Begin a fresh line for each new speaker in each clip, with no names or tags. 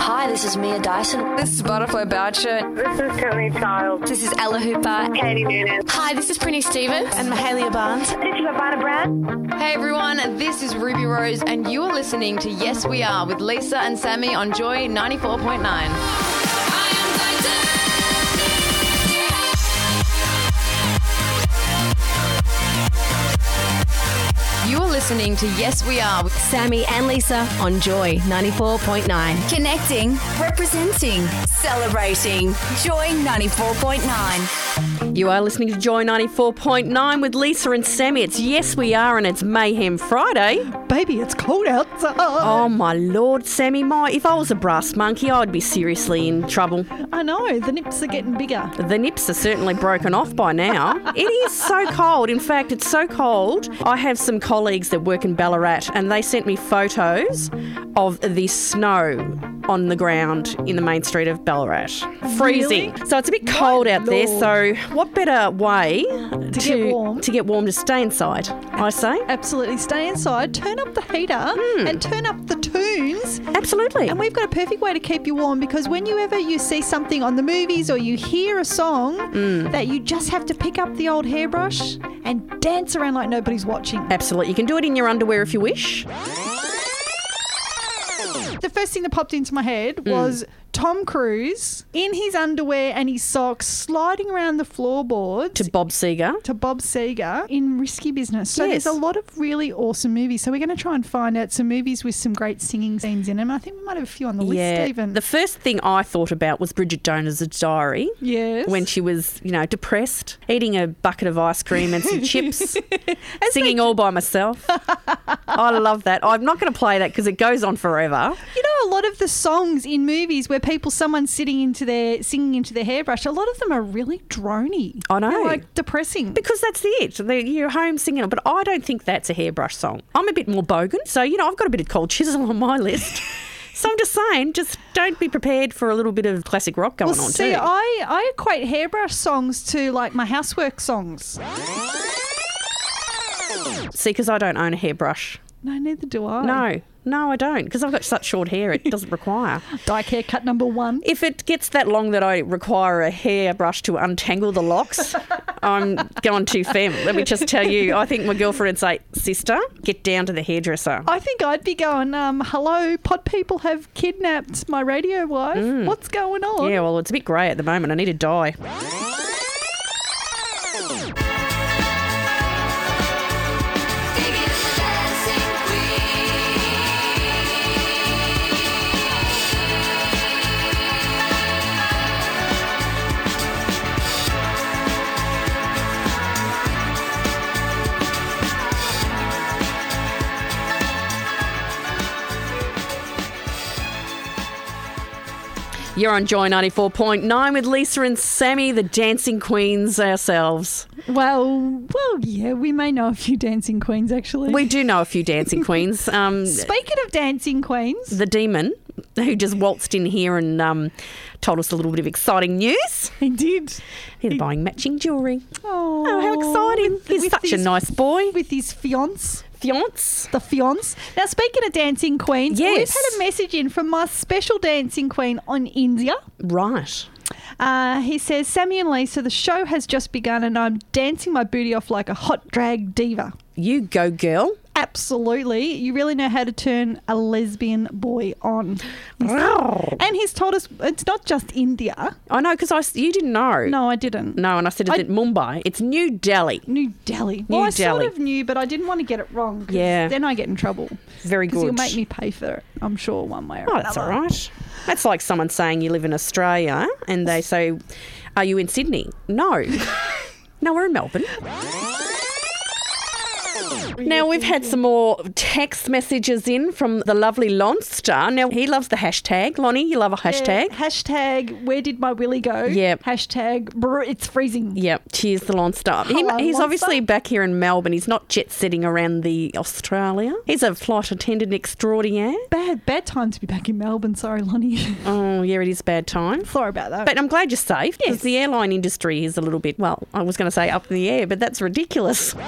Hi, this is Mia Dyson.
This is Butterfly Boucher.
This is Kelly Childs.
This is Ella Hooper.
Katie Noonan.
Hi, this is Prinny Stevens. And
Mahalia Barnes.
This is Ivana Brown.
Hey everyone, this is Ruby Rose, and you are listening to Yes We Are with Lisa and Sammy on Joy 94.9. You are listening to Yes We Are with
Sammy and Lisa on Joy 94.9.
Connecting, representing, celebrating. Joy 94.9.
You are listening to Joy 94.9 with Lisa and Sammy. It's Yes We Are and it's Mayhem Friday.
Baby, it's cold outside. Oh.
Oh my lord, Sammy, my if I was a brass monkey, I'd be seriously in trouble.
I know, the nips are getting bigger.
The nips are certainly broken off by now. it is so cold. In fact, it's so cold. I have some colleagues that work in Ballarat and they sent me photos of the snow on the ground in the main street of Ballarat. Freezing.
Really?
So it's a bit cold out there, so what better way to,
get warm.
to get warm to stay inside, I say.
Absolutely. Stay inside, turn up the heater,
Hmm.
and turn up the tunes.
Absolutely.
And we've got a perfect way to keep you warm because when you ever you see something on the movies or you hear a song
Hmm.
that you just have to pick up the old hairbrush and dance around like nobody's watching.
Absolutely. You can do it in your underwear if you wish.
The first thing that popped into my head
Hmm.
was Tom Cruise in his underwear and his socks sliding around the floorboard
To Bob Seger.
to Bob Seger in Risky Business. So
Yes.
there's a lot of really awesome movies. So we're going to try and find out some movies with some great singing scenes in them. I think we might have a few on the list even.
The first thing I thought about was Bridget Jones's diary.
yes.
When she was, you know, depressed, eating a bucket of ice cream and some chips, singing all by myself. I love that. I'm not going to play that because it goes on forever.
you know, a lot of the songs in movies where people, someone's sitting into their singing into their hairbrush, a lot of them are really drony.
I know.
They're, like depressing.
Because that's the it. The, you're home singing it. But I don't think that's a hairbrush song. I'm a bit more bogan. So, you know, I've got a bit of cold chisel on my list. so I'm just saying, just don't be prepared for a little bit of classic rock going
well,
on
see,
too.
I, I equate hairbrush songs to like my housework songs.
see, because I don't own a hairbrush.
No, neither do I.
No, no, I don't. Because I've got such short hair, it doesn't require.
Dyke haircut number one.
If it gets that long that I require a hairbrush to untangle the locks, I'm going too femme. Let me just tell you, I think my girlfriend would say, Sister, get down to the hairdresser.
I think I'd be going, um, hello, pod people have kidnapped my radio wife. What's going on?
Mm. Yeah, well, it's a bit grey at the moment. I need to dye. You're on Joy 94.9 with Lisa and Sammy, the dancing queens ourselves.
Well, well, yeah, we may know a few dancing queens, actually.
We do know a few dancing queens. Um,
Speaking of dancing queens,
the demon who just waltzed in here and um, told us a little bit of exciting news.
they did.
He's buying matching jewelry.
Oh,
Oh, how exciting. He's such a
his-
nice boy.
With his fiance,
Fiance.
the fiance. Now, speaking of dancing queens, we've
Yes.
had a message in from my special dancing queen on India.
Right.
Uh, he says, Sammy and Lisa, the show has just begun and I'm dancing my booty off like a hot drag diva.
You go, girl.
Absolutely. You really know how to turn a lesbian boy on.
I
And he's told us it's not just India.
know, because you didn't know.
No, I didn't.
No, and I said it's
I-
at Mumbai. It's New Delhi.
New Delhi. Well, I
Delhi.
sort of knew, but I didn't want to get it wrong. 'cause
Yeah.
Then I get in trouble.
Very
Because you'll
good.
make me pay for it, I'm sure, one way or
Oh,
another.
that's all right. That's like someone saying you live in Australia and they say, Are you in Sydney? No. no, we're in Melbourne. Now, we've had some more text messages in from the lovely Lonster. Now, he loves the hashtag. Lonnie, you love a hashtag?
Hashtag where did my willy go?
Yep.
Hashtag brr, it's freezing.
Yep, cheers the Lonstar. He,
Hello,
he's
Lonstar.
obviously back here in Melbourne. He's not jet setting around the Australia. He's a flight attendant extraordinaire.
Bad, bad time to be back in Melbourne. Sorry, Lonnie.
Oh, yeah, it is bad time.
Sorry about that.
But um, I'm glad you're safe because the airline industry is a little bit, well, I was going to say up in the air, but that's ridiculous.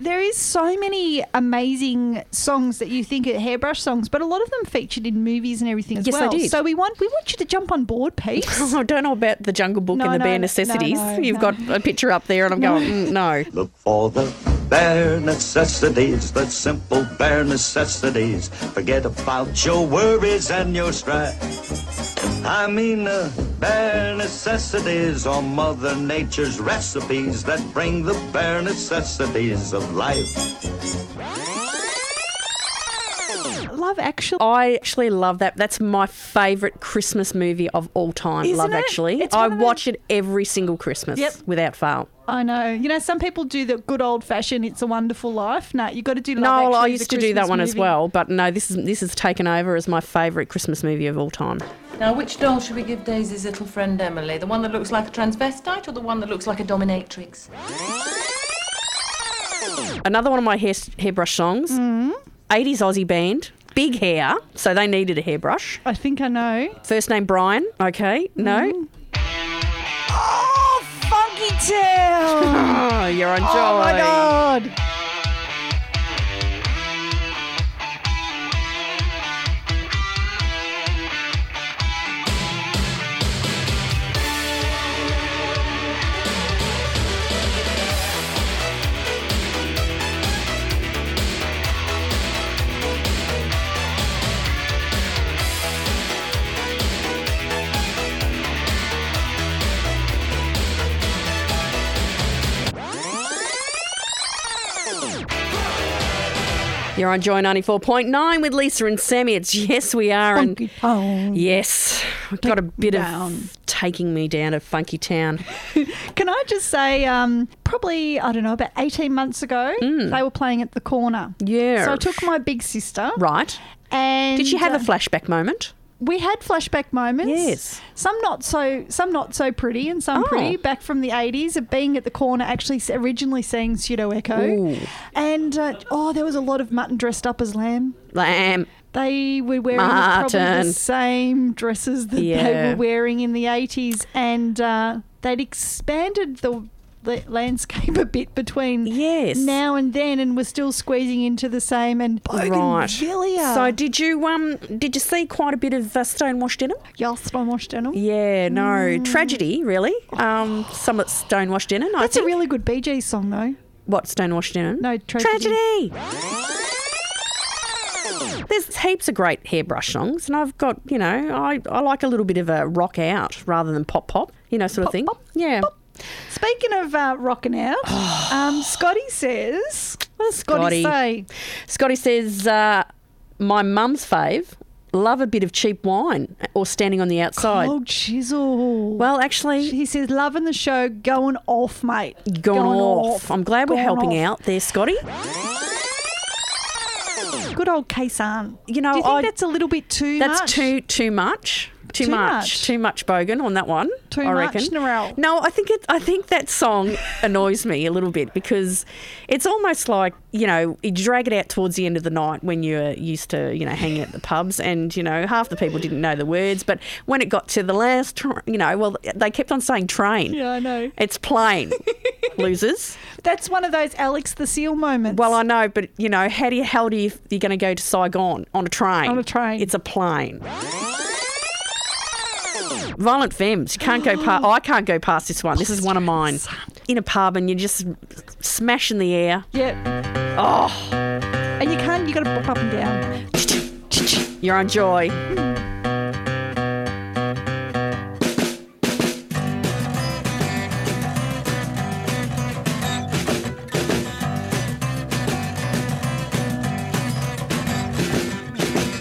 There is so many amazing songs that you think are hairbrush songs, but a lot of them featured in movies and everything as
Yes, I
well.
did.
So we want we want you to jump on board, Pete.
I don't know about the Jungle Book
No,
and the
no,
Bare
no,
Necessities.
no,
You've
no.
got a picture up there, and I'm going, mm, no.
Look for the bare necessities, the simple bare necessities. Forget about your worries and your strife. I mean the bare necessities are Mother Nature's recipes that bring the bare necessities of life.
Love Actually.
I actually love that. That's my favourite Christmas movie of all time.
Isn't
love
it?
Actually.
It's
I
one of those-
watch it every single Christmas
Yep.
without fail.
I know. You know, some people do the good old fashioned "It's a Wonderful Life." No, you got to do. Love
No,
Actually
I
as a
used to do that
Christmas
one as
movie.
well, but no, this is this is taken over as my favourite Christmas movie of all time.
Now, which doll should we give Daisy's little friend Emily? The one that looks like a transvestite or the one that looks like a dominatrix?
Another one of my hair, hairbrush songs.
Mm-hmm.
Mm. 80s Aussie band. Big hair, so they needed a hairbrush.
I think I know.
First name Brian. Okay,
Mm-hmm.
no.
Oh, Funky Town!
Oh, you're on joy.
oh my god!
You're on Joy 94.9 with Lisa and Sammy. It's Yes We Are. And
Funky Town.
yes, I've got a bit
down.
of taking me down to Funky Town.
Can I just say, um, probably, I don't know, about 18 months ago,
Mm.
they were playing at the corner.
Yes.
So I took my big sister.
Right.
And
Did you have a
uh,
flashback moment?
we had flashback moments.
Yes.
Some not so some not so pretty and some
Oh.
pretty back from the 80s of being at the corner actually s- originally seeing Pseudo Echo.
Ooh.
And uh, oh there was a lot of mutton dressed up as lamb.
Lamb.
They were wearing probably
Martin.
the same dresses that they
Yeah.
were wearing in the 80s and uh, they'd expanded the the landscape a bit between
Yes.
now and then and were still squeezing into the same and
Right.
bougainvillea.
So did you um did you see quite a bit of uh, stonewashed denim?
yes, I washed denim.
Yeah, no
Mm.
tragedy really. Um, some at stonewashed denim. I
That's a
think.
really good Bee Gees song, though.
what stonewashed denim?
No,
tragedy.
Tragedy.
There's heaps of great hairbrush songs, and I've got you know I, I like a little bit of a rock out rather than pop pop, you know sort of thing.
pop,
yeah.
Speaking of uh, rocking out, um, Scotty says, "What does
Scotty.
Scotty, say?"
Scotty says, uh, my mum's fave. Love a bit of cheap wine uh, or standing on the outside.
Oh, chisel.
Well, actually,
he says, "Loving the show, going off, mate.
gone, off. I'm glad we're
Gone
helping
off.
out there, Scotty.
Good old Kaysan.
You know,
do you think
I-
that's a little bit too
That's
much?
too too much. Too,
Too
much.
much.
Too much bogan on that one.
Too
I
much,
reckon.
Narelle.
No, I think it I think that song annoys me a little bit because it's almost like, you know, you drag it out towards the end of the night when you're used to, you know, hanging at the pubs and, you know, half the people didn't know the words, but when it got to the last tr- you know, well they kept on saying train.
Yeah, I know.
It's plain. Losers.
That's one of those Alex the Seal moments.
Well, I know, but you know, how do you hell do you you're going to go to Saigon on a train?
On a train.
it's a plane. Violent femmes, you can't go past. I can't go past this one. This is one of mine. In a pub, and you're just smashing the air.
yeah. Oh, and you can't. You got to bop up and down.
You're on joy.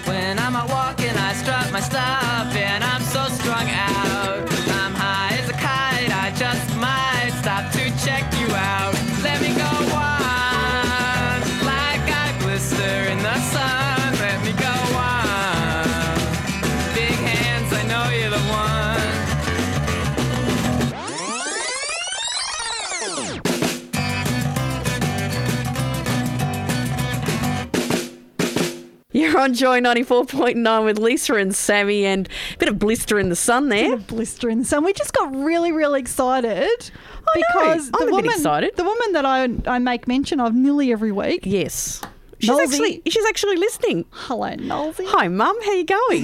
When I'm out walking, I strut my stuff, and I'm so strung out. I'm high as a kite, I just might stop to check you out. Let me go
glitter in the sun. Let me go on. Big hands, I know you're the one.
You're on Joy 94.9 with Lisa and Sammy, and a bit of blister in the sun there.
blister in the sun. We just got really, really excited
know.
because
I'm a
the
bit
woman,
excited.
the woman that I I make mention of nearly every week.
Yes, She's actually she's actually listening.
Hello, Nolsey.
Hi, Mum. How you going?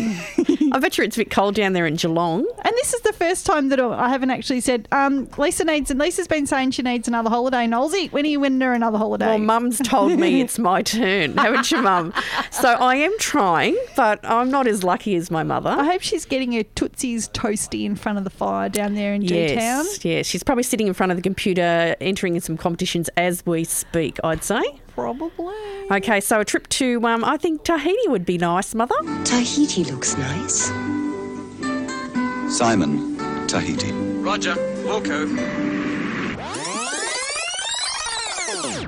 I bet you it's a bit cold down there in Geelong.
And this is the first time that I haven't actually said um, Lisa needs, and Lisa's been saying she needs another holiday. Nolsey, when are you winning her another holiday?
Well, Mum's told me it's my turn, haven't you, Mum? So I am trying, but I'm not as lucky as my mother.
I hope she's getting her Tootsie's toasty in front of the fire down there in G Town.
Yes, yes. She's probably sitting in front of the computer, entering in some competitions as we speak. I'd say.
Probably.
Okay, so a trip to um, I think Tahiti would be nice, Mother. Tahiti looks nice.
Simon, Tahiti.
Roger, Wilco.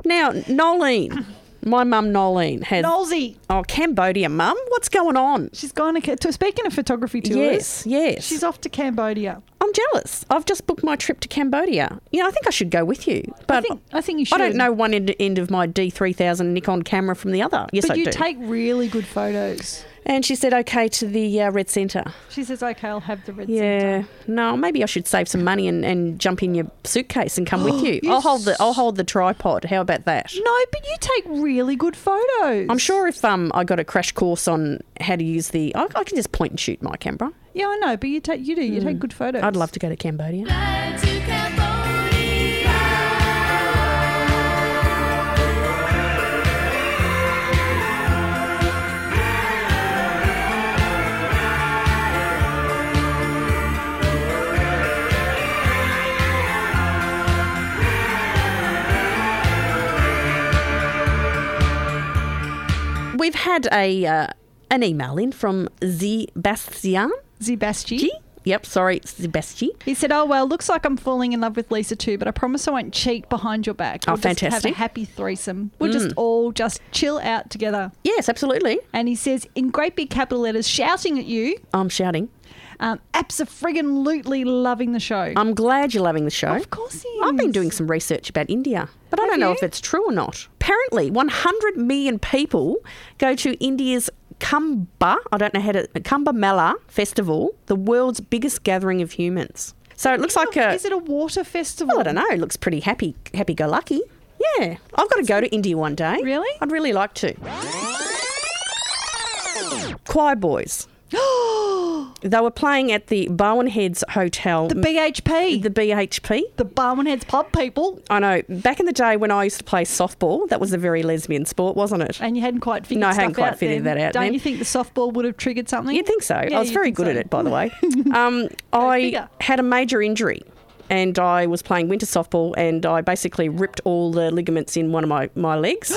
Now, Nolene, my mum Nolene has.
Nolsey.
Oh, Cambodia, mum. What's going on?
She's gone to, to speaking of photography tours.
Yes, yes.
She's off to Cambodia.
I'm jealous. I've just booked my trip to Cambodia. You know, I think I should go with you, but I
think- I think you
I don't
should.
know one end, end of my D3000 Nikon camera from the other. Yes,
but
I
you
do.
take really good photos.
and she said okay to the uh, Red Centre.
She says, "Okay, I'll have the red."
Yeah. No, maybe I should save some money and, and jump in your suitcase and come with you.
You
I'll hold the I'll hold the tripod. How about that?
No, but you take really good photos.
I'm sure if um I got a crash course on how to use the I, I can just point and shoot my camera.
Yeah, I know, but you take you do you take good photos.
Hmm. I'd love to go to Cambodia. We've had a uh, an email in from Sebastian.
Sebastian.
Yep, sorry, Sebastian.
He said, "Oh well, looks like I'm falling in love with Lisa too, but I promise I won't cheat behind your back.
Oh,
We'll just Have
fantastic.
a happy threesome. We'll just
Mm.
all just chill out together."
Yes, absolutely.
And he says in great big capital letters, shouting at you,
I'm shouting.
um, "Absolutely loving the show."
I'm glad you're loving the show.
Of course he
I've been
is.
doing some research about India, but I don't know if it's true or not. Apparently, 100 million people go to India's Kumbh, I don't know how to, Kumbh Mela Festival, the world's biggest gathering of humans. So it looks like a.
Is it a water festival?
well, I don't know. It looks pretty happy, happy go lucky. Yeah. I've got to go to India one day. Really? I'd really like to. Choir Boys. they were playing at the Bowen Heads Hotel. The
BHP.
The BHP.
The Bowen Heads Pub people.
I know. Back in the day when I used to play softball, that was a very lesbian sport, wasn't it?
And you hadn't quite figured
No, I hadn't
stuff
quite
out
figured
then.
that out
Don't
then.
you think the softball would have triggered something?
You'd think so.
Yeah,
I was
you'd
very
think
good
so.
at it, by the way. Um, I
figure.
had a major injury and I was playing winter softball and I basically ripped all the ligaments in one of my, my legs.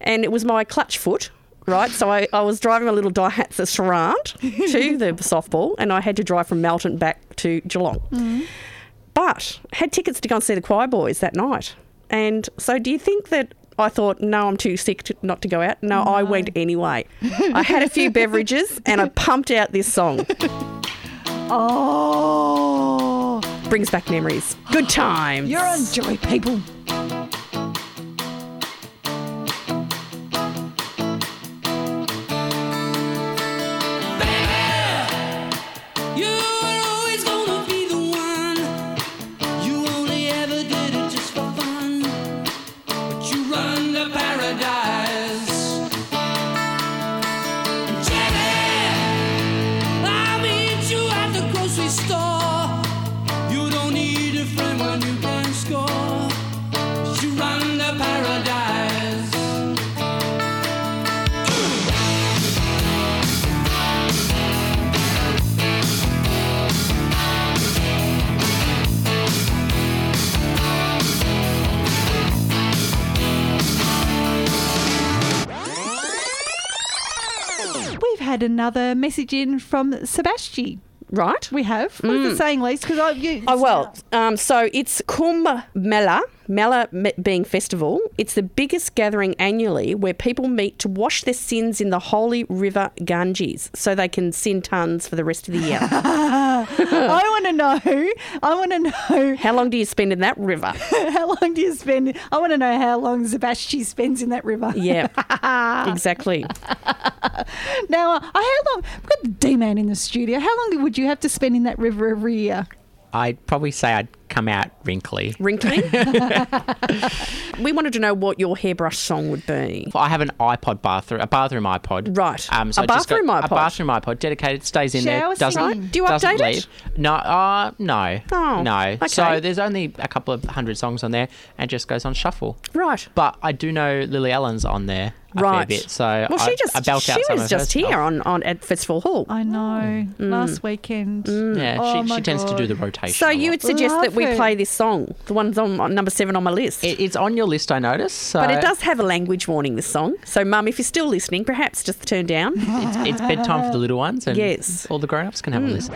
and it was my clutch foot, right? So I, I was driving a little Daihatsu Sarant to the softball and I had to drive from Melton back to Geelong. But I had tickets to go and see the Choir Boys that night. And so do you think that I thought, no, I'm too sick to, not to go out? No, I went anyway. I had a few beverages and I pumped out this song.
Oh.
Brings back memories. Good times.
You're on joy, people.
You're always gonna be the one. You only ever did it just for fun. But you run the paradise. Jenny, I meet you at the grocery store. You don't need a friend when you can score. But you run the paradise.
We've had another message in from Sebastian.
right?
We have. What is it saying, Lise? Because I you,
Mm. Oh well, um, so it's Kum Mela, Mela me- being festival. It's the biggest gathering annually where people meet to wash their sins in the holy river Ganges, so they can sin tons for the rest of the year.
I want to know. I want to know
How long do you spend in that river?
how long do you spend? I want to know how long Zabashti spends in that river.
Yeah, exactly.
Now, uh, how long? We've got the D man in the studio. How long would you have to spend in that river every year?
I'd probably say I'd come out wrinkly.
Wrinkling. we wanted to know what your hairbrush song would be.
I have an iPod bathroom, a bathroom iPod.
Right.
Um, so
A
I just
bathroom
got-
iPod?
A bathroom iPod, dedicated, stays in there,
Shower
doesn't.
singing.
Do you
doesn't
update it?
leave. No, uh, no,
Oh,
no.
okay.
So there's only a couple of hundred songs on there, and just goes on shuffle.
Right.
But I do know Lily Allen's on there a
Right.
fair bit, so
well,
I,
she just
I belt
she
out some
was
of her
just
stuff.
here on, on at Festival Hall.
I know.
Mm.
Last weekend.
Yeah,
Oh
she,
my
she tends to do
God.
the rotation.
So
a
you
lot.
would suggest that we
Love it.
play this song, the one's on, on number seven on my list.
It- it's on your list, I notice. So
uh,
but it does have a language warning, this song. So, Mum, if you're still listening, perhaps just turn
Mm-hmm.
down.
It's, it's bedtime for the little ones, and
Yes.
all the grown-ups can have a listen.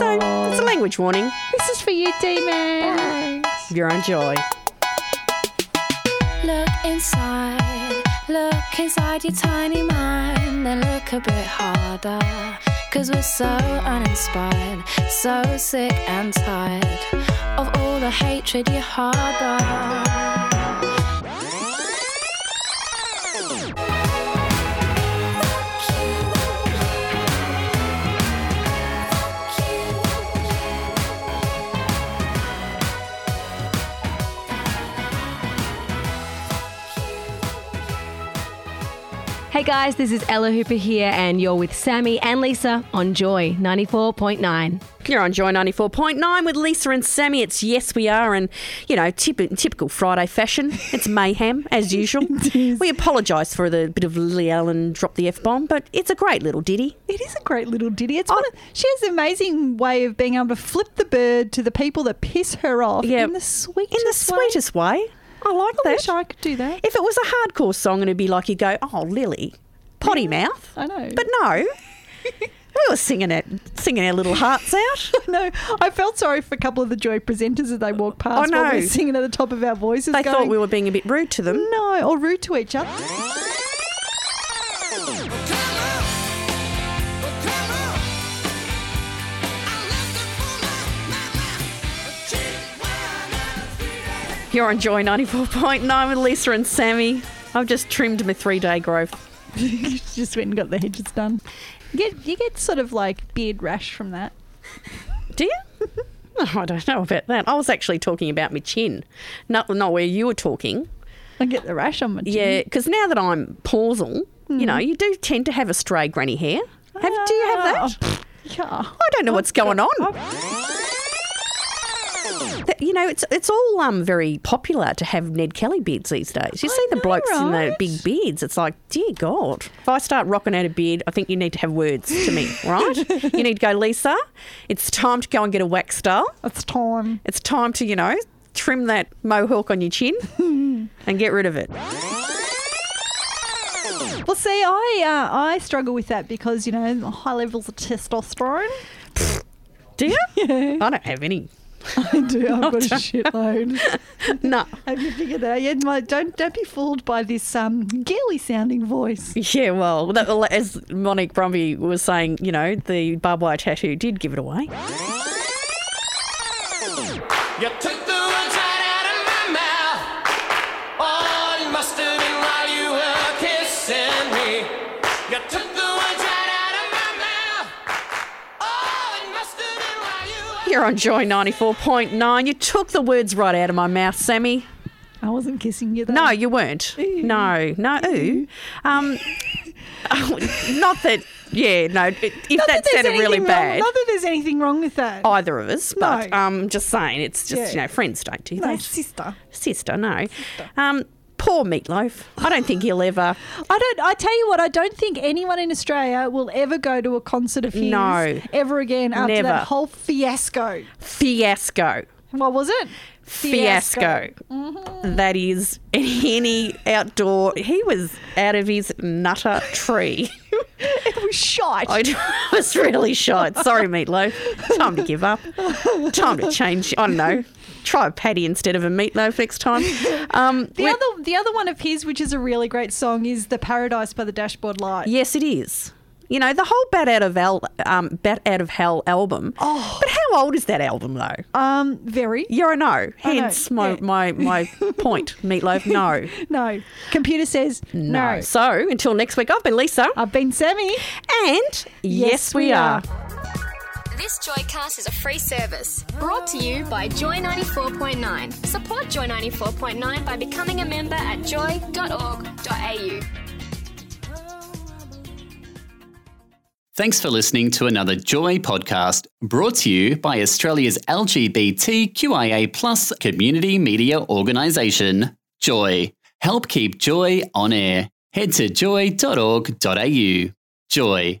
So, it's a language warning.
This is for you, D man.
Your own joy.
Look inside, look inside your tiny mind, then look a bit harder. Cause we're so uninspired, so sick and tired of all the hatred you harbor.
Hey guys, this is Ella Hooper here, and you're with Sammy and Lisa on Joy 94.9.
You're on Joy 94.9 with Lisa and Sammy. It's Yes We Are, and, you know, typ- typical Friday fashion. It's mayhem, as usual. we apologise for the bit of Lily Allen drop the F bomb, but it's a great little ditty.
It is a great little ditty.
Oh.
It's one of, she has an amazing way of being able to flip the bird to the people that piss her off
Yeah.
in the sweetest
In the
way.
sweetest way. I like
I
that.
wish I could do that.
If it was a hardcore song, it'd be like you go, "Oh, Lily, potty
Mm.
mouth."
I know.
But no, we were singing it, singing our little hearts out.
no, I felt sorry for a couple of the Joy presenters as they walked past
I
while we
know.
were singing at the top of our voices.
They thought
going, Mm.
we were being a bit rude to them.
No, or rude to each other.
You're on Joy ninety four point nine with Lisa and Sammy. I've just trimmed my three day growth.
You just went and got the hedges done. You get, you get sort of like beard rash from that.
Do you? Oh, I don't know about that. I was actually talking about my chin, not not where you were talking.
I get the rash on my chin.
Yeah, because now that I'm pausal,
Mm.
you know, you do tend to have a stray granny hair. Have, do you have that?
Ah, pfft, yeah.
I don't know what's going on. Th- You know, it's it's all um, very popular to have Ned Kelly beards these days. You see the
know,
blokes in the
right?
big beards. It's like, dear God, if I start rocking out a beard, I think you need to have words to me, right? you need to go, Lisa. It's time to go and get a wax style.
It's time.
It's time to you know trim that mohawk on your chin and get rid of it.
Well, see, I uh, I struggle with that because you know high levels of testosterone.
Do you? I don't have any.
I do. I've got a shitload.
No.
Have you figured that out yet? My, don't don't be fooled by this um girly sounding voice.
Yeah, well, that, well, as Monique Brumby was saying, you know, the barbed wire tattoo did give it away.
You took the words right out of my mouth. Oh, it must have been while you were kissing me. You took the words right out of my mouth. Oh, it must have been while you were.
You're on Joy 94.9. You took the words right out of my mouth, Sammy.
I wasn't kissing you. Though.
No, you weren't. No, no. Ooh. Um, oh, not that, yeah, no. If
Not
that,
there's
sounded really
anything wrong-
bad, Oh,
Not that there's anything wrong with that.
either of us, but
No.
um, just saying, it's just, you
Yeah.
know, friends don't do
no,
that.
sister.
Sister, no. Um, poor Meatloaf. I don't think he'll ever.
I don't. I tell you what. I don't think anyone in Australia will ever go to a concert of his
No.
ever again after
Never.
that whole fiasco.
Fiasco.
What was it?
fiasco. That is any outdoor. He was out of his nutter tree.
was shite.
I was really shite. Sorry, meatloaf. Time to give up. Time to change. I don't know. Try a patty instead of a meatloaf next time. Um,
The other, the other one of his, which is a really great song, is "The Paradise by the Dashboard Light."
Yes, it is. You know the whole "Bat Out of Hell" um, "Bat Out of Hell" album. Oh, but how old is that album though?
Um, very.
Yeah, I know.
I know,
Hence my, my my point, Meatloaf. No,
No. Computer says no.
So until next week, I've been Lisa.
I've been Sammy.
And yes, we are.
This Joycast is a free service brought to you by Joy 94.9. Support Joy 94.9 by becoming a member at joy.org.au.
Thanks for listening to another Joy podcast brought to you by Australia's LGBTQIA plus community media organisation, Joy. Help keep Joy on air. Head to joy.org.au. Joy,